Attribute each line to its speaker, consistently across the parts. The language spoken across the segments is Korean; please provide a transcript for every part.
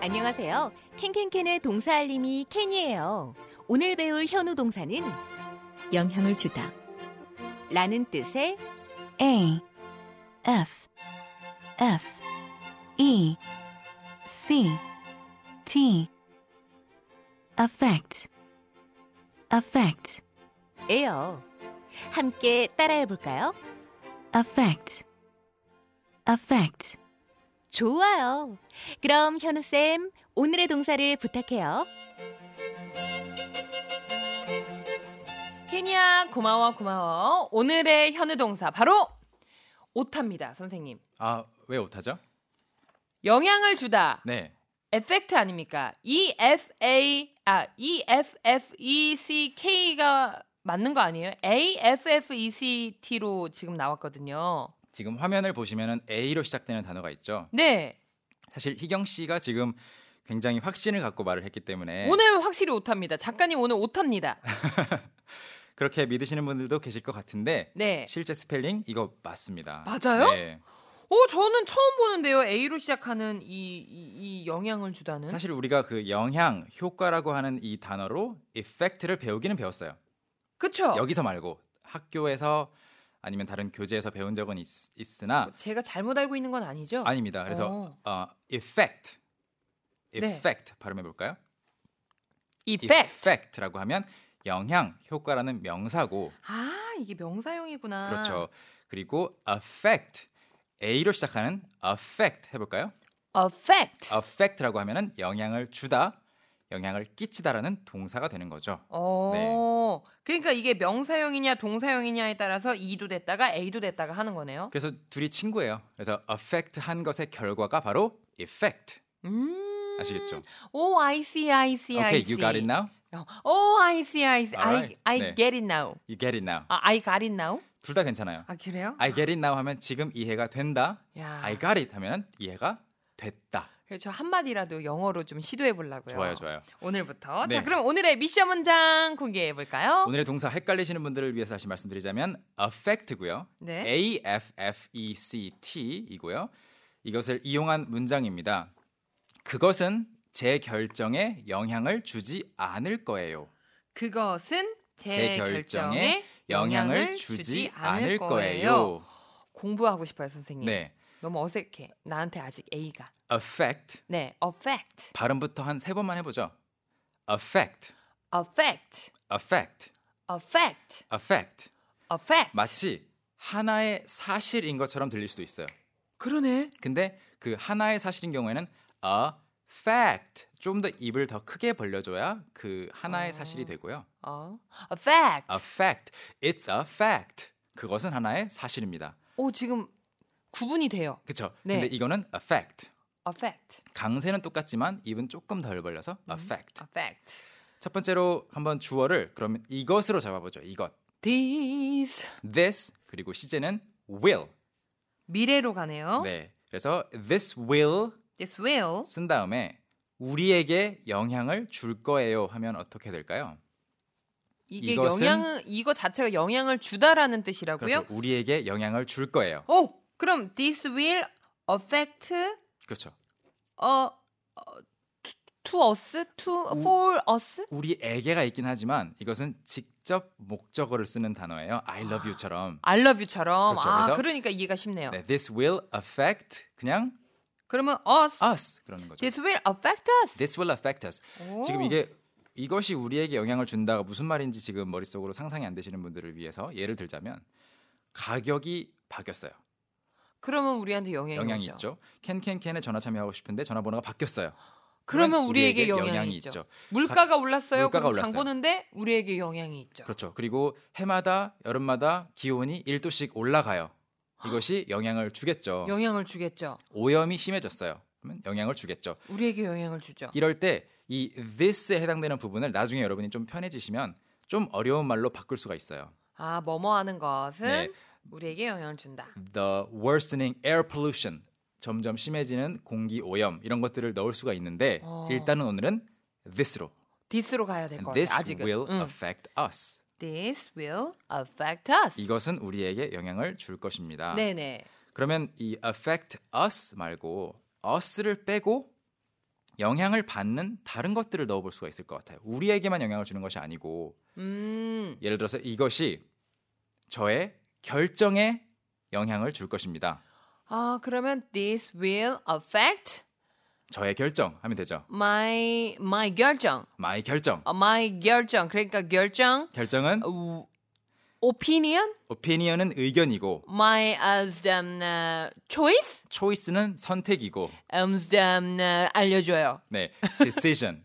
Speaker 1: 안녕하세요. 캔캔캔의 동사 알림이 캔이에요. 오늘 배울 현우 동사는
Speaker 2: 영향을 주다.
Speaker 1: 라는 뜻의
Speaker 3: A F F E C T affect affect
Speaker 1: 에요. 함께 따라해 볼까요?
Speaker 3: affect affect
Speaker 1: 좋아요. 그럼 현우쌤, 오늘의 동사를 부탁해요.
Speaker 4: 케냐 고마워 고마워 오늘의 현우 동사 바로 오타입니다 선생님
Speaker 5: 아 왜 못하죠?
Speaker 4: 영향을 주다
Speaker 5: 네.
Speaker 4: 에펙트 아닙니까 E F A 아 E F F E C K가 맞는 거 아니에요 A F F E C T로 지금 나왔거든요
Speaker 5: 지금 화면을 보시면은 A로 시작되는 단어가 있죠.
Speaker 4: 네
Speaker 5: 사실 희경 씨가 지금 굉장히 확신을 갖고 말을 했기 때문에
Speaker 4: 오늘 확실히 오타입니다 작가님 오늘 오타입니다
Speaker 5: 그렇게 믿으시는 분들도 계실 것 같은데
Speaker 4: 네
Speaker 5: 실제 스펠링 이거 맞습니다.
Speaker 4: 맞아요?
Speaker 5: 네.
Speaker 4: 오, 어, 저는 처음 보는데요 A로 시작하는 이, 이, 이 영향을 주다는
Speaker 5: 사실 우리가 그 영향, 효과라고 하는 이 단어로 effect를 배우기는 배웠어요.
Speaker 4: 그쵸
Speaker 5: 여기서 말고 학교에서 아니면 다른 교재에서 배운 적은 있, 으나
Speaker 4: 제가 잘못 알고 있는 건 아니죠
Speaker 5: 아닙니다. 그래서 어, effect,
Speaker 4: 네.
Speaker 5: effect 발음해 볼까요?
Speaker 4: 이펙트
Speaker 5: effect라고 하면 영향, 효과라는 명사고
Speaker 4: 아 이게 명사형이구나.
Speaker 5: 그렇죠. 그리고 affect A로 시작하는 affect 해볼까요?
Speaker 4: Affect.
Speaker 5: 아, affect라고 하면은 영향을 주다, 영향을 끼치다라는 동사가 되는 거죠.
Speaker 4: 어.
Speaker 5: 네.
Speaker 4: 그러니까 이게 명사형이냐 동사형이냐에 따라서 E도 됐다가 A도 됐다가 하는 거네요.
Speaker 5: 그래서 둘이 친구예요. 그래서 affect 한 것의 결과가 바로 effect
Speaker 4: 음.
Speaker 5: 아시겠죠?
Speaker 4: 오, I see, I see, I
Speaker 5: 그 okay,
Speaker 4: see. 어.
Speaker 5: you got it now.
Speaker 4: 오, I see, I see. I,
Speaker 5: Alright.
Speaker 4: I
Speaker 5: 네.
Speaker 4: get it now.
Speaker 5: You get it now.
Speaker 4: 아, I got it now.
Speaker 5: 둘 다 괜찮아요.
Speaker 4: 아 그래요?
Speaker 5: I get it now 하면 지금 이해가 된다.
Speaker 4: 야.
Speaker 5: I got it 하면 이해가 됐다.
Speaker 4: 그래서 저 한마디라도 영어로 좀 시도해 보려고요.
Speaker 5: 좋아요, 좋아요.
Speaker 4: 오늘부터.
Speaker 5: 네.
Speaker 4: 자, 그럼 오늘의 미션 문장 공개해 볼까요?
Speaker 5: 오늘의 동사 헷갈리시는 분들을 위해서 다시 말씀드리자면 affect고요.
Speaker 4: 네.
Speaker 5: A F F E C T 이고요. 이것을 이용한 문장입니다. 그것은 제 결정에 영향을 주지 않을 거예요.
Speaker 4: 그것은 제,
Speaker 5: 제 결정에 영향을 주지 않을 거예요.
Speaker 4: 공부하고 싶어요, 선생님.
Speaker 5: 네.
Speaker 4: 너무 어색해. 나한테 아직 A가.
Speaker 5: affect
Speaker 4: 네, affect,
Speaker 5: 발음부터 한 세 번만 해 보죠. affect
Speaker 4: affect,
Speaker 5: affect
Speaker 4: affect,
Speaker 5: affect
Speaker 4: affect.
Speaker 5: 마치 하나의 사실인 것처럼 들릴 수도 있어요.
Speaker 4: 그러네.
Speaker 5: 근데 그 하나의 사실인 경우에는 a fact 좀 더 입을 더 크게 벌려줘야 그 하나의
Speaker 4: 어.
Speaker 5: 사실이 되고요.
Speaker 4: 어, affect.
Speaker 5: A fact, it's a fact. 그것은 하나의 사실입니다.
Speaker 4: 오, 지금 구분이 돼요.
Speaker 5: 그렇죠?
Speaker 4: 네.
Speaker 5: 근데 이거는 a fact.
Speaker 4: affect,
Speaker 5: 강세는 똑같지만 입은 조금 덜 벌려서 a
Speaker 4: 음.
Speaker 5: fact.
Speaker 4: affect.
Speaker 5: 첫 번째로 한번 주어를 그러면 이것으로 잡아보죠. 이것,
Speaker 4: This
Speaker 5: this 그리고 시제는 will.
Speaker 4: 미래로 가네요.
Speaker 5: 네. 그래서 this will
Speaker 4: This will
Speaker 5: 쓴 다음에 우리에게 영향을 줄 거예요 하면 어떻게 될까요?
Speaker 4: 이게
Speaker 5: 이것은-
Speaker 4: 영향을 이거 자체가 영향을 주다라는 뜻이라고요? 어?
Speaker 5: 그렇죠. 우리에게 영향을 줄 거예요.
Speaker 4: 오, 그럼 this will affect
Speaker 5: 그렇죠.
Speaker 4: 어, 어, to- to us, to
Speaker 5: 음.
Speaker 4: for us.
Speaker 5: 우리에게가 있긴 하지만 이것은 직접 목적어를 쓰는 단어예요. I love you처럼.
Speaker 4: I love you처럼.
Speaker 5: 그렇죠.
Speaker 4: 아,
Speaker 5: 그래서-
Speaker 4: 그러니까 이해가 쉽네요.
Speaker 5: 네, this will affect 그냥
Speaker 4: 그러면 us,
Speaker 5: us 아, 그러는 거죠.
Speaker 4: this will affect us.
Speaker 5: This will affect us.
Speaker 4: 오.
Speaker 5: 그렇죠. 지금 이게 이것이 우리에게 영향을 준다가 무슨 말인지 지금 머릿속으로 상상이 안 되시는 분들을 위해서 예를 들자면 가격이 바뀌었어요.
Speaker 4: 네, 그러면 우리한테 영향이,
Speaker 5: 영향이
Speaker 4: 오죠.
Speaker 5: 있죠. 캔캔캔에 전화 참여하고 싶은데 전화번호가 바뀌었어요.
Speaker 4: 그러면 우리에게 영향이, 있죠. 물가가 올랐어요.
Speaker 5: 물가가
Speaker 4: 그럼 장
Speaker 5: 올랐어요.
Speaker 4: 보는데 우리에게 영향이 있죠.
Speaker 5: 그렇죠. 그리고 해마다 여름마다 기온이 1도씩 올라가요. 이것이 영향을 주겠죠.
Speaker 4: 영향을 주겠죠.
Speaker 5: 오염이 심해졌어요. 그러면 영향을 주겠죠.
Speaker 4: 우리에게 영향을 주죠.
Speaker 5: 이럴 때 이 this에 해당되는 부분을 나중에 여러분이 좀 편해지시면 좀 어려운 말로 바꿀 수가 있어요.
Speaker 4: 아, 뭐뭐 하는 것은
Speaker 5: 네.
Speaker 4: 우리에게 영향을 준다.
Speaker 5: The worsening air pollution. 점점 심해지는 공기 오염 이런 것들을 넣을 수가 있는데
Speaker 4: 어.
Speaker 5: 일단은 오늘은 this로.
Speaker 4: this로 가야 될 것 같아요.
Speaker 5: This
Speaker 4: 아직은.
Speaker 5: will
Speaker 4: 응.
Speaker 5: affect us.
Speaker 4: This will affect us.
Speaker 5: 이것은 우리에게 영향을 줄 것입니다.
Speaker 4: 네네.
Speaker 5: 그러면 이 affect us 말고 us를 빼고 영향을 받는 다른 것들을 넣어볼 수가 있을 것 같아요. 우리에게만 영향을 주는 것이 아니고
Speaker 4: 음.
Speaker 5: 예를 들어서 이것이 저의 결정에 영향을 줄 것입니다.
Speaker 4: 아, 그러면 this will affect
Speaker 5: 저의 결정 하면 되죠.
Speaker 4: my my 결정.
Speaker 5: 마이 결정.
Speaker 4: 어, my 결정. 그러니까 결정
Speaker 5: 결정은
Speaker 4: 어, opinion
Speaker 5: opinion은 의견이고
Speaker 4: my as um, uh, choice
Speaker 5: choice는 선택이고
Speaker 4: um, um, uh, 알려줘요.
Speaker 5: 네, decision.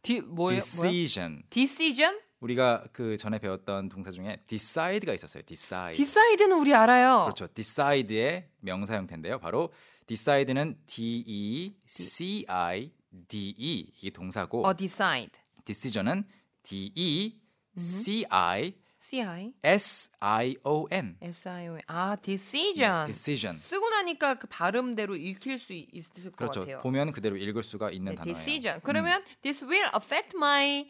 Speaker 4: 디, 뭐예요? 뭐야?
Speaker 5: decision.
Speaker 4: decision?
Speaker 5: 우리가 그 전에 배웠던 동사 중에 decide가 있었어요. decide.
Speaker 4: decide는 우리 알아요.
Speaker 5: 그렇죠. decide의 명사 형태인데요. 바로 decide는 d e c i d e 이게 동사고
Speaker 4: 어, 음. decide.
Speaker 5: decision은 d e c i
Speaker 4: C I
Speaker 5: s i o n.
Speaker 4: S I O N.
Speaker 5: 네,
Speaker 4: 아, decision.
Speaker 5: decision.
Speaker 4: 쓰고 나니까 그 발음대로 읽힐 수 있- 있을 것
Speaker 5: 그렇죠.
Speaker 4: 같아요.
Speaker 5: 보면 그대로 읽을 수가 있는
Speaker 4: 네,
Speaker 5: 단어예요.
Speaker 4: decision.
Speaker 5: 음,
Speaker 4: 그러면 this will affect my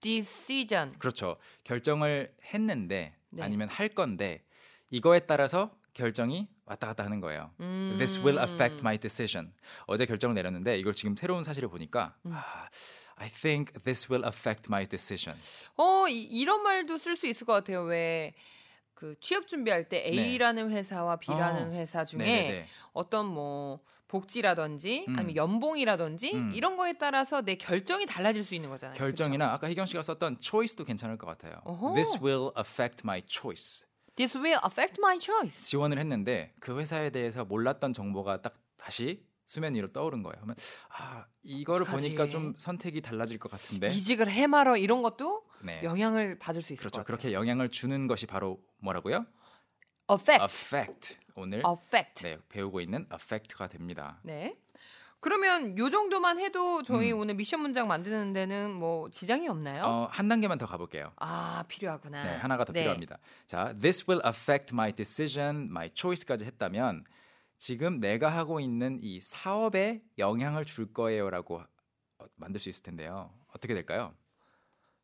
Speaker 4: decision.
Speaker 5: 그렇죠. 결정을 했는데
Speaker 4: 네.
Speaker 5: 아니면 할 건데 이거에 따라서 결정이 왔다 갔다 하는 거예요.
Speaker 4: 음.
Speaker 5: This will affect my decision. 어제 결정을 내렸는데 이걸 지금 새로운 사실을 보니까
Speaker 4: 음.
Speaker 5: 아, I think this will affect my decision.
Speaker 4: 어, 이, 이런 말도 쓸 수 있을 것 같아요. 왜 그 취업 준비할 때 A라는 회사와 B라는
Speaker 5: 네. 어,
Speaker 4: 회사 중에
Speaker 5: 네네네.
Speaker 4: 어떤 뭐 복지라든지
Speaker 5: 음.
Speaker 4: 아니면 연봉이라든지
Speaker 5: 음.
Speaker 4: 이런 거에 따라서 내 결정이 달라질 수 있는 거잖아요.
Speaker 5: 결정이나 아까 희경 씨가 썼던 choice도 괜찮을 것 같아요.
Speaker 4: 어허.
Speaker 5: This will affect my choice.
Speaker 4: 그쵸? This will affect my choice.
Speaker 5: 지원을 했는데 그 회사에 대해서 몰랐던 정보가 딱 다시 수면 위로 떠오른 거예요. 그러면 아 이거를
Speaker 4: 어떡하지?
Speaker 5: 보니까 좀 선택이 달라질 것 같은데.
Speaker 4: 이직을 해마러 이런 것도
Speaker 5: 네.
Speaker 4: 영향을 받을 수 있을
Speaker 5: 그렇죠.
Speaker 4: 것 같아요.
Speaker 5: 그렇게 영향을 주는 것이 바로 뭐라고요?
Speaker 4: affect.
Speaker 5: affect. 오늘
Speaker 4: affect.
Speaker 5: 아, 네, 배우고 있는 affect가 됩니다.
Speaker 4: 네. 그러면 요 정도만 해도 저희 오늘 미션 문장 만드는 데는 뭐 지장이 없나요?
Speaker 5: 음. 어, 한 단계만 더 가볼게요.
Speaker 4: 아 필요하구나.
Speaker 5: 네, 하나가 더
Speaker 4: 네.
Speaker 5: 필요합니다. 자, this will affect my decision, my choice까지 했다면 지금 내가 하고 있는 이 사업에 영향을 줄 거예요라고 어, 만들 수 있을 텐데요. 어떻게 될까요?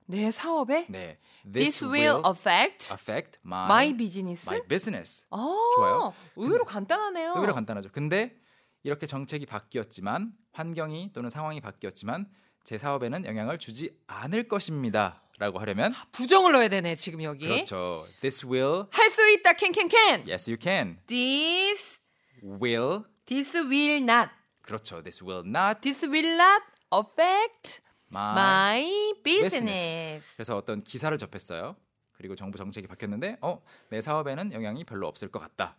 Speaker 4: 내 사업에
Speaker 5: 네,
Speaker 4: this, will affect
Speaker 5: affect my,
Speaker 4: my business.
Speaker 5: my business.
Speaker 4: 어,
Speaker 5: 좋아요.
Speaker 4: 의외로
Speaker 5: 근데-
Speaker 4: 간단하네요.
Speaker 5: 의외로 간단하죠. 근데 이렇게 정책이 바뀌었지만 환경이 또는 상황이 바뀌었지만 제 사업에는 영향을 주지 않을 것입니다라고 하려면
Speaker 4: 부정을 넣어야 되네 지금 여기.
Speaker 5: 그렇죠. 예. This will
Speaker 4: 할 수 있다 캔캔캔.
Speaker 5: yes you can.
Speaker 4: This
Speaker 5: will
Speaker 4: this will not
Speaker 5: 그렇죠. This will not
Speaker 4: this will not affect
Speaker 5: my
Speaker 4: my, business.
Speaker 5: 그래서 어떤 기사를 접했어요. 그리고 정부 정책이 바뀌었는데 어 내 사업에는 영향이 별로 없을 것 같다.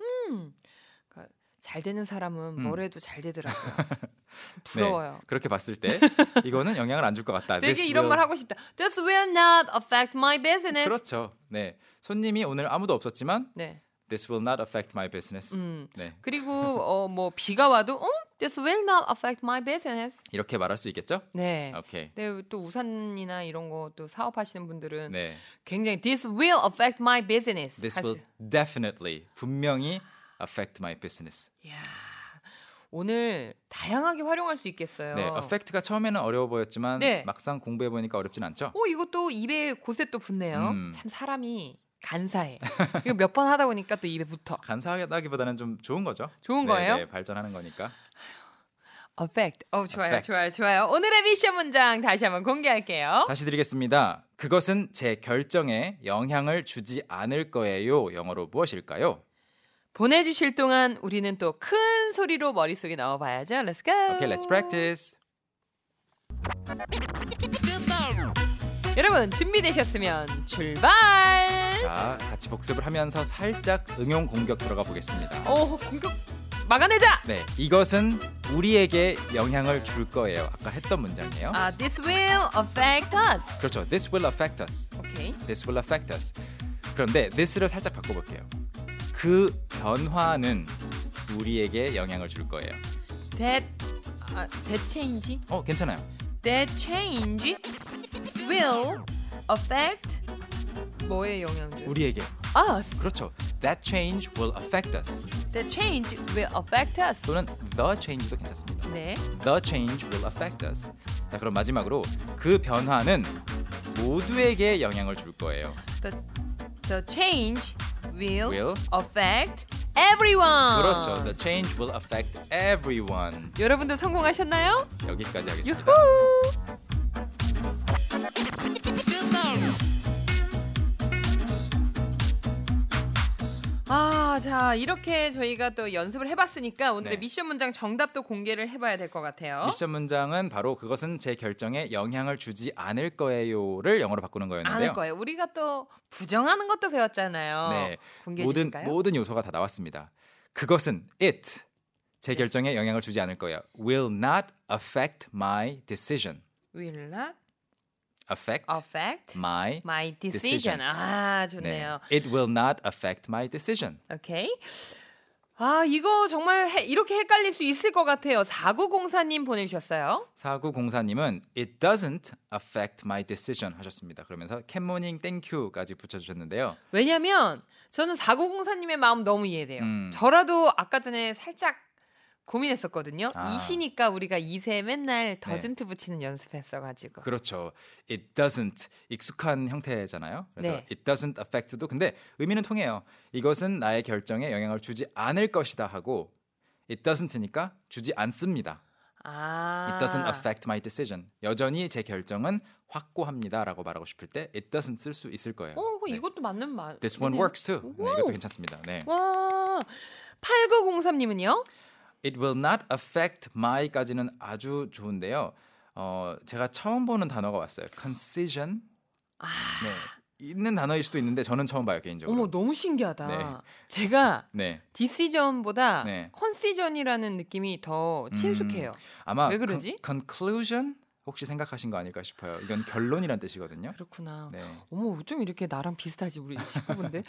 Speaker 5: 네,
Speaker 4: 그러니까 잘 되는 사람은
Speaker 5: 음.
Speaker 4: 뭐래도 잘 되더라고요. 참
Speaker 5: 네,
Speaker 4: 부러워요.
Speaker 5: 그렇게 봤을 때 이거는 영향을 안 줄 것 같다.
Speaker 4: 되게
Speaker 5: 아, This
Speaker 4: 이런
Speaker 5: will-
Speaker 4: 말 하고 싶다. This will not affect my business.
Speaker 5: 그렇죠. 네 손님이 오늘 아무도 없었지만
Speaker 4: 네.
Speaker 5: this will not affect my business.
Speaker 4: 음.
Speaker 5: 네
Speaker 4: 그리고 어 뭐 비가 와도 어? This will not affect my business.
Speaker 5: 이렇게 말할 수 있겠죠?
Speaker 4: 네.
Speaker 5: 오케이.
Speaker 4: 근데 또 우산이나 이런 거 또 사업하시는 분들은
Speaker 5: 네.
Speaker 4: 굉장히 this will affect my business.
Speaker 5: This
Speaker 4: 할 수-
Speaker 5: will definitely 분명히 affect my business.
Speaker 4: 이야. 오늘 다양하게 활용할 수 있겠어요.
Speaker 5: 네, affect가 처음에는 어려워 보였지만
Speaker 4: 네.
Speaker 5: 막상 공부해 보니까 어렵진 않죠?
Speaker 4: 오 이것도 입에 곳에 또 붙네요.
Speaker 5: 음.
Speaker 4: 참 사람이 간사해. 이거 몇 번 하다 보니까 또 입에 붙어.
Speaker 5: 간사하다기보다는 좀 좋은 거죠.
Speaker 4: 좋은
Speaker 5: 네,
Speaker 4: 거예요?
Speaker 5: 네, 발전하는 거니까.
Speaker 4: affect. 어 좋아요,
Speaker 5: affect.
Speaker 4: 좋아요, 좋아요. 오늘의 미션 문장 다시 한번 공개할게요.
Speaker 5: 다시 드리겠습니다. 그것은 제 결정에 영향을 주지 않을 거예요. 영어로 무엇일까요?
Speaker 4: 보내주실 동안 우리는 또 큰 소리로 머릿속에 넣어봐야죠. Let's go.
Speaker 5: Okay, let's practice.
Speaker 4: 여러분 준비되셨으면 출발.
Speaker 5: 자, 같이 복습을 하면서 살짝 응용 공격 들어가 보겠습니다.
Speaker 4: 오 공격 막아내자.
Speaker 5: 네, 이것은 우리에게 영향을 줄 거예요. 아까 했던 문장이에요.
Speaker 4: 아, this will affect us.
Speaker 5: 그렇죠. This will affect us.
Speaker 4: 오케이.
Speaker 5: This will affect us. 그런데 this를 살짝 바꿔볼게요. 그 변화는 우리에게 영향을 줄 거예요.
Speaker 4: That 아, that change.
Speaker 5: 어, 괜찮아요.
Speaker 4: That change will affect 뭐에 영향 줄?
Speaker 5: 우리에게.
Speaker 4: us.
Speaker 5: 그렇죠. That change will affect us.
Speaker 4: That change will affect us.
Speaker 5: 또는 the change도 괜찮습니다.
Speaker 4: 네.
Speaker 5: The change will affect us. 자, 그럼 마지막으로 그 변화는 모두에게 영향을 줄 거예요.
Speaker 4: The the change will,
Speaker 5: Will
Speaker 4: affect everyone.
Speaker 5: 그렇죠. The change will affect everyone.
Speaker 4: 여러분도 성공하셨나요?
Speaker 5: 여기까지 하겠습니다.
Speaker 4: 유후. 아, 자 이렇게 저희가 또 연습을 해봤으니까 오늘의
Speaker 5: 네.
Speaker 4: 미션 문장 정답도 공개를 해봐야 될 것 같아요.
Speaker 5: 미션 문장은 바로 그것은 제 결정에 영향을 주지 않을 거예요를 영어로 바꾸는 거였는데요.
Speaker 4: 안할 거예요. 우리가 또 부정하는 것도 배웠잖아요.
Speaker 5: 네.
Speaker 4: 공개해
Speaker 5: 모든
Speaker 4: 주실까요?
Speaker 5: 모든 요소가 다 나왔습니다. 그것은 it
Speaker 4: 네.
Speaker 5: 제 결정에 영향을 주지 않을 거예요. Will not affect my decision.
Speaker 4: Will not
Speaker 5: affect
Speaker 4: affect
Speaker 5: my
Speaker 4: my decision.
Speaker 5: decision.
Speaker 4: 아
Speaker 5: 네.
Speaker 4: 좋네요.
Speaker 5: It will not affect my decision.
Speaker 4: 오케이. 아 이거 정말 해- 이렇게 헷갈릴 수 있을 것 같아요. 4904님 보내주셨어요.
Speaker 5: 4904님은 It doesn't affect my decision 하셨습니다. 그러면서 캔모닝 땡큐까지 붙여주셨는데요.
Speaker 4: 왜냐면 저는 4904님의 마음 너무 이해돼요.
Speaker 5: 음.
Speaker 4: 저라도 아까 전에 살짝 고민했었거든요.
Speaker 5: 아. 네.
Speaker 4: 이시니까 우리가 이세 맨날 더즌트 붙이는 연습했어가지고.
Speaker 5: 그렇죠. It doesn't 익숙한 형태잖아요. 그래서
Speaker 4: 네.
Speaker 5: It doesn't affect도 근데 의미는 통해요. 이것은 나의 결정에 영향을 주지 않을 것이다 하고 It doesn't니까 주지 않습니다.
Speaker 4: 아.
Speaker 5: It doesn't affect my decision. 여전히 제 결정은 확고합니다라고 말하고 싶을 때 It doesn't 쓸 수 있을 거예요.
Speaker 4: 어, 그거
Speaker 5: 네.
Speaker 4: 이것도 맞는 말.
Speaker 5: This one
Speaker 4: 이네요.
Speaker 5: works too. 네, 이것도 괜찮습니다. 네.
Speaker 4: 와. 8903님은요?
Speaker 5: It will not affect my까지는 아주 좋은데요. 어, 제가 처음 보는 단어가 왔어요. concision.
Speaker 4: 아.
Speaker 5: 네. 있는 단어일 수도 있는데 저는 처음 봐요, 개인적으로.
Speaker 4: 어머 너무 신기하다.
Speaker 5: 네.
Speaker 4: 제가
Speaker 5: 네.
Speaker 4: 디시전보다
Speaker 5: 네. 음.
Speaker 4: 컨시전이라는 느낌이 더 친숙해요.
Speaker 5: 아마
Speaker 4: 왜 그러지?
Speaker 5: con, conclusion 혹시 생각하신 거 아닐까 싶어요. 이건 결론이란 뜻이거든요.
Speaker 4: 그렇구나.
Speaker 5: 네.
Speaker 4: 어머 어쩜 이렇게 나랑 비슷하지 우리 식구분들.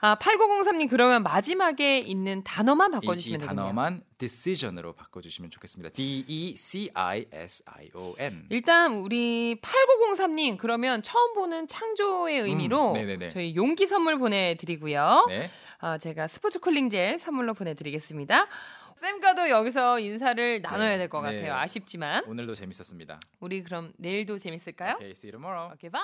Speaker 4: 아 8903님 그러면 마지막에 있는 단어만
Speaker 5: 이, 이
Speaker 4: 바꿔주시면 되겠네요.
Speaker 5: 단어만 decision으로 바꿔 주시면 좋겠습니다. D E C I S I O N.
Speaker 4: 일단 우리 8903님 그러면 처음 보는 창조의 의미로
Speaker 5: 음, 네네네.
Speaker 4: 저희 용기 선물 보내드리고요.
Speaker 5: 네.
Speaker 4: 아, 제가 스포츠 쿨링 젤 선물로 보내드리겠습니다. 쌤과도 여기서 인사를 나눠야 될 것
Speaker 5: 네.
Speaker 4: 같아요. 아쉽지만
Speaker 5: 오늘도 재밌었습니다.
Speaker 4: 우리 그럼 내일도 재밌을까요?
Speaker 5: Okay, see you tomorrow.
Speaker 4: Okay, bye.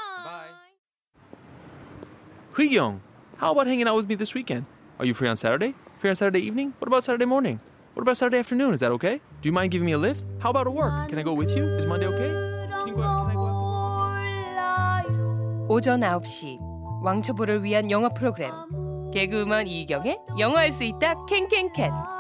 Speaker 5: Bye.
Speaker 6: Young, how about hanging out with me this weekend? Are you free on Saturday? Free on Saturday evening? What about Saturday morning? What about Saturday afternoon? Is that okay? Do you mind giving me a lift? How about a work? Can I go with you? Is Monday okay? Can you go out? Can I go out?
Speaker 4: 오전 9시 왕초보를 위한 영어 프로그램 개그우먼 이경의 영어할 수 있다 캔캔캔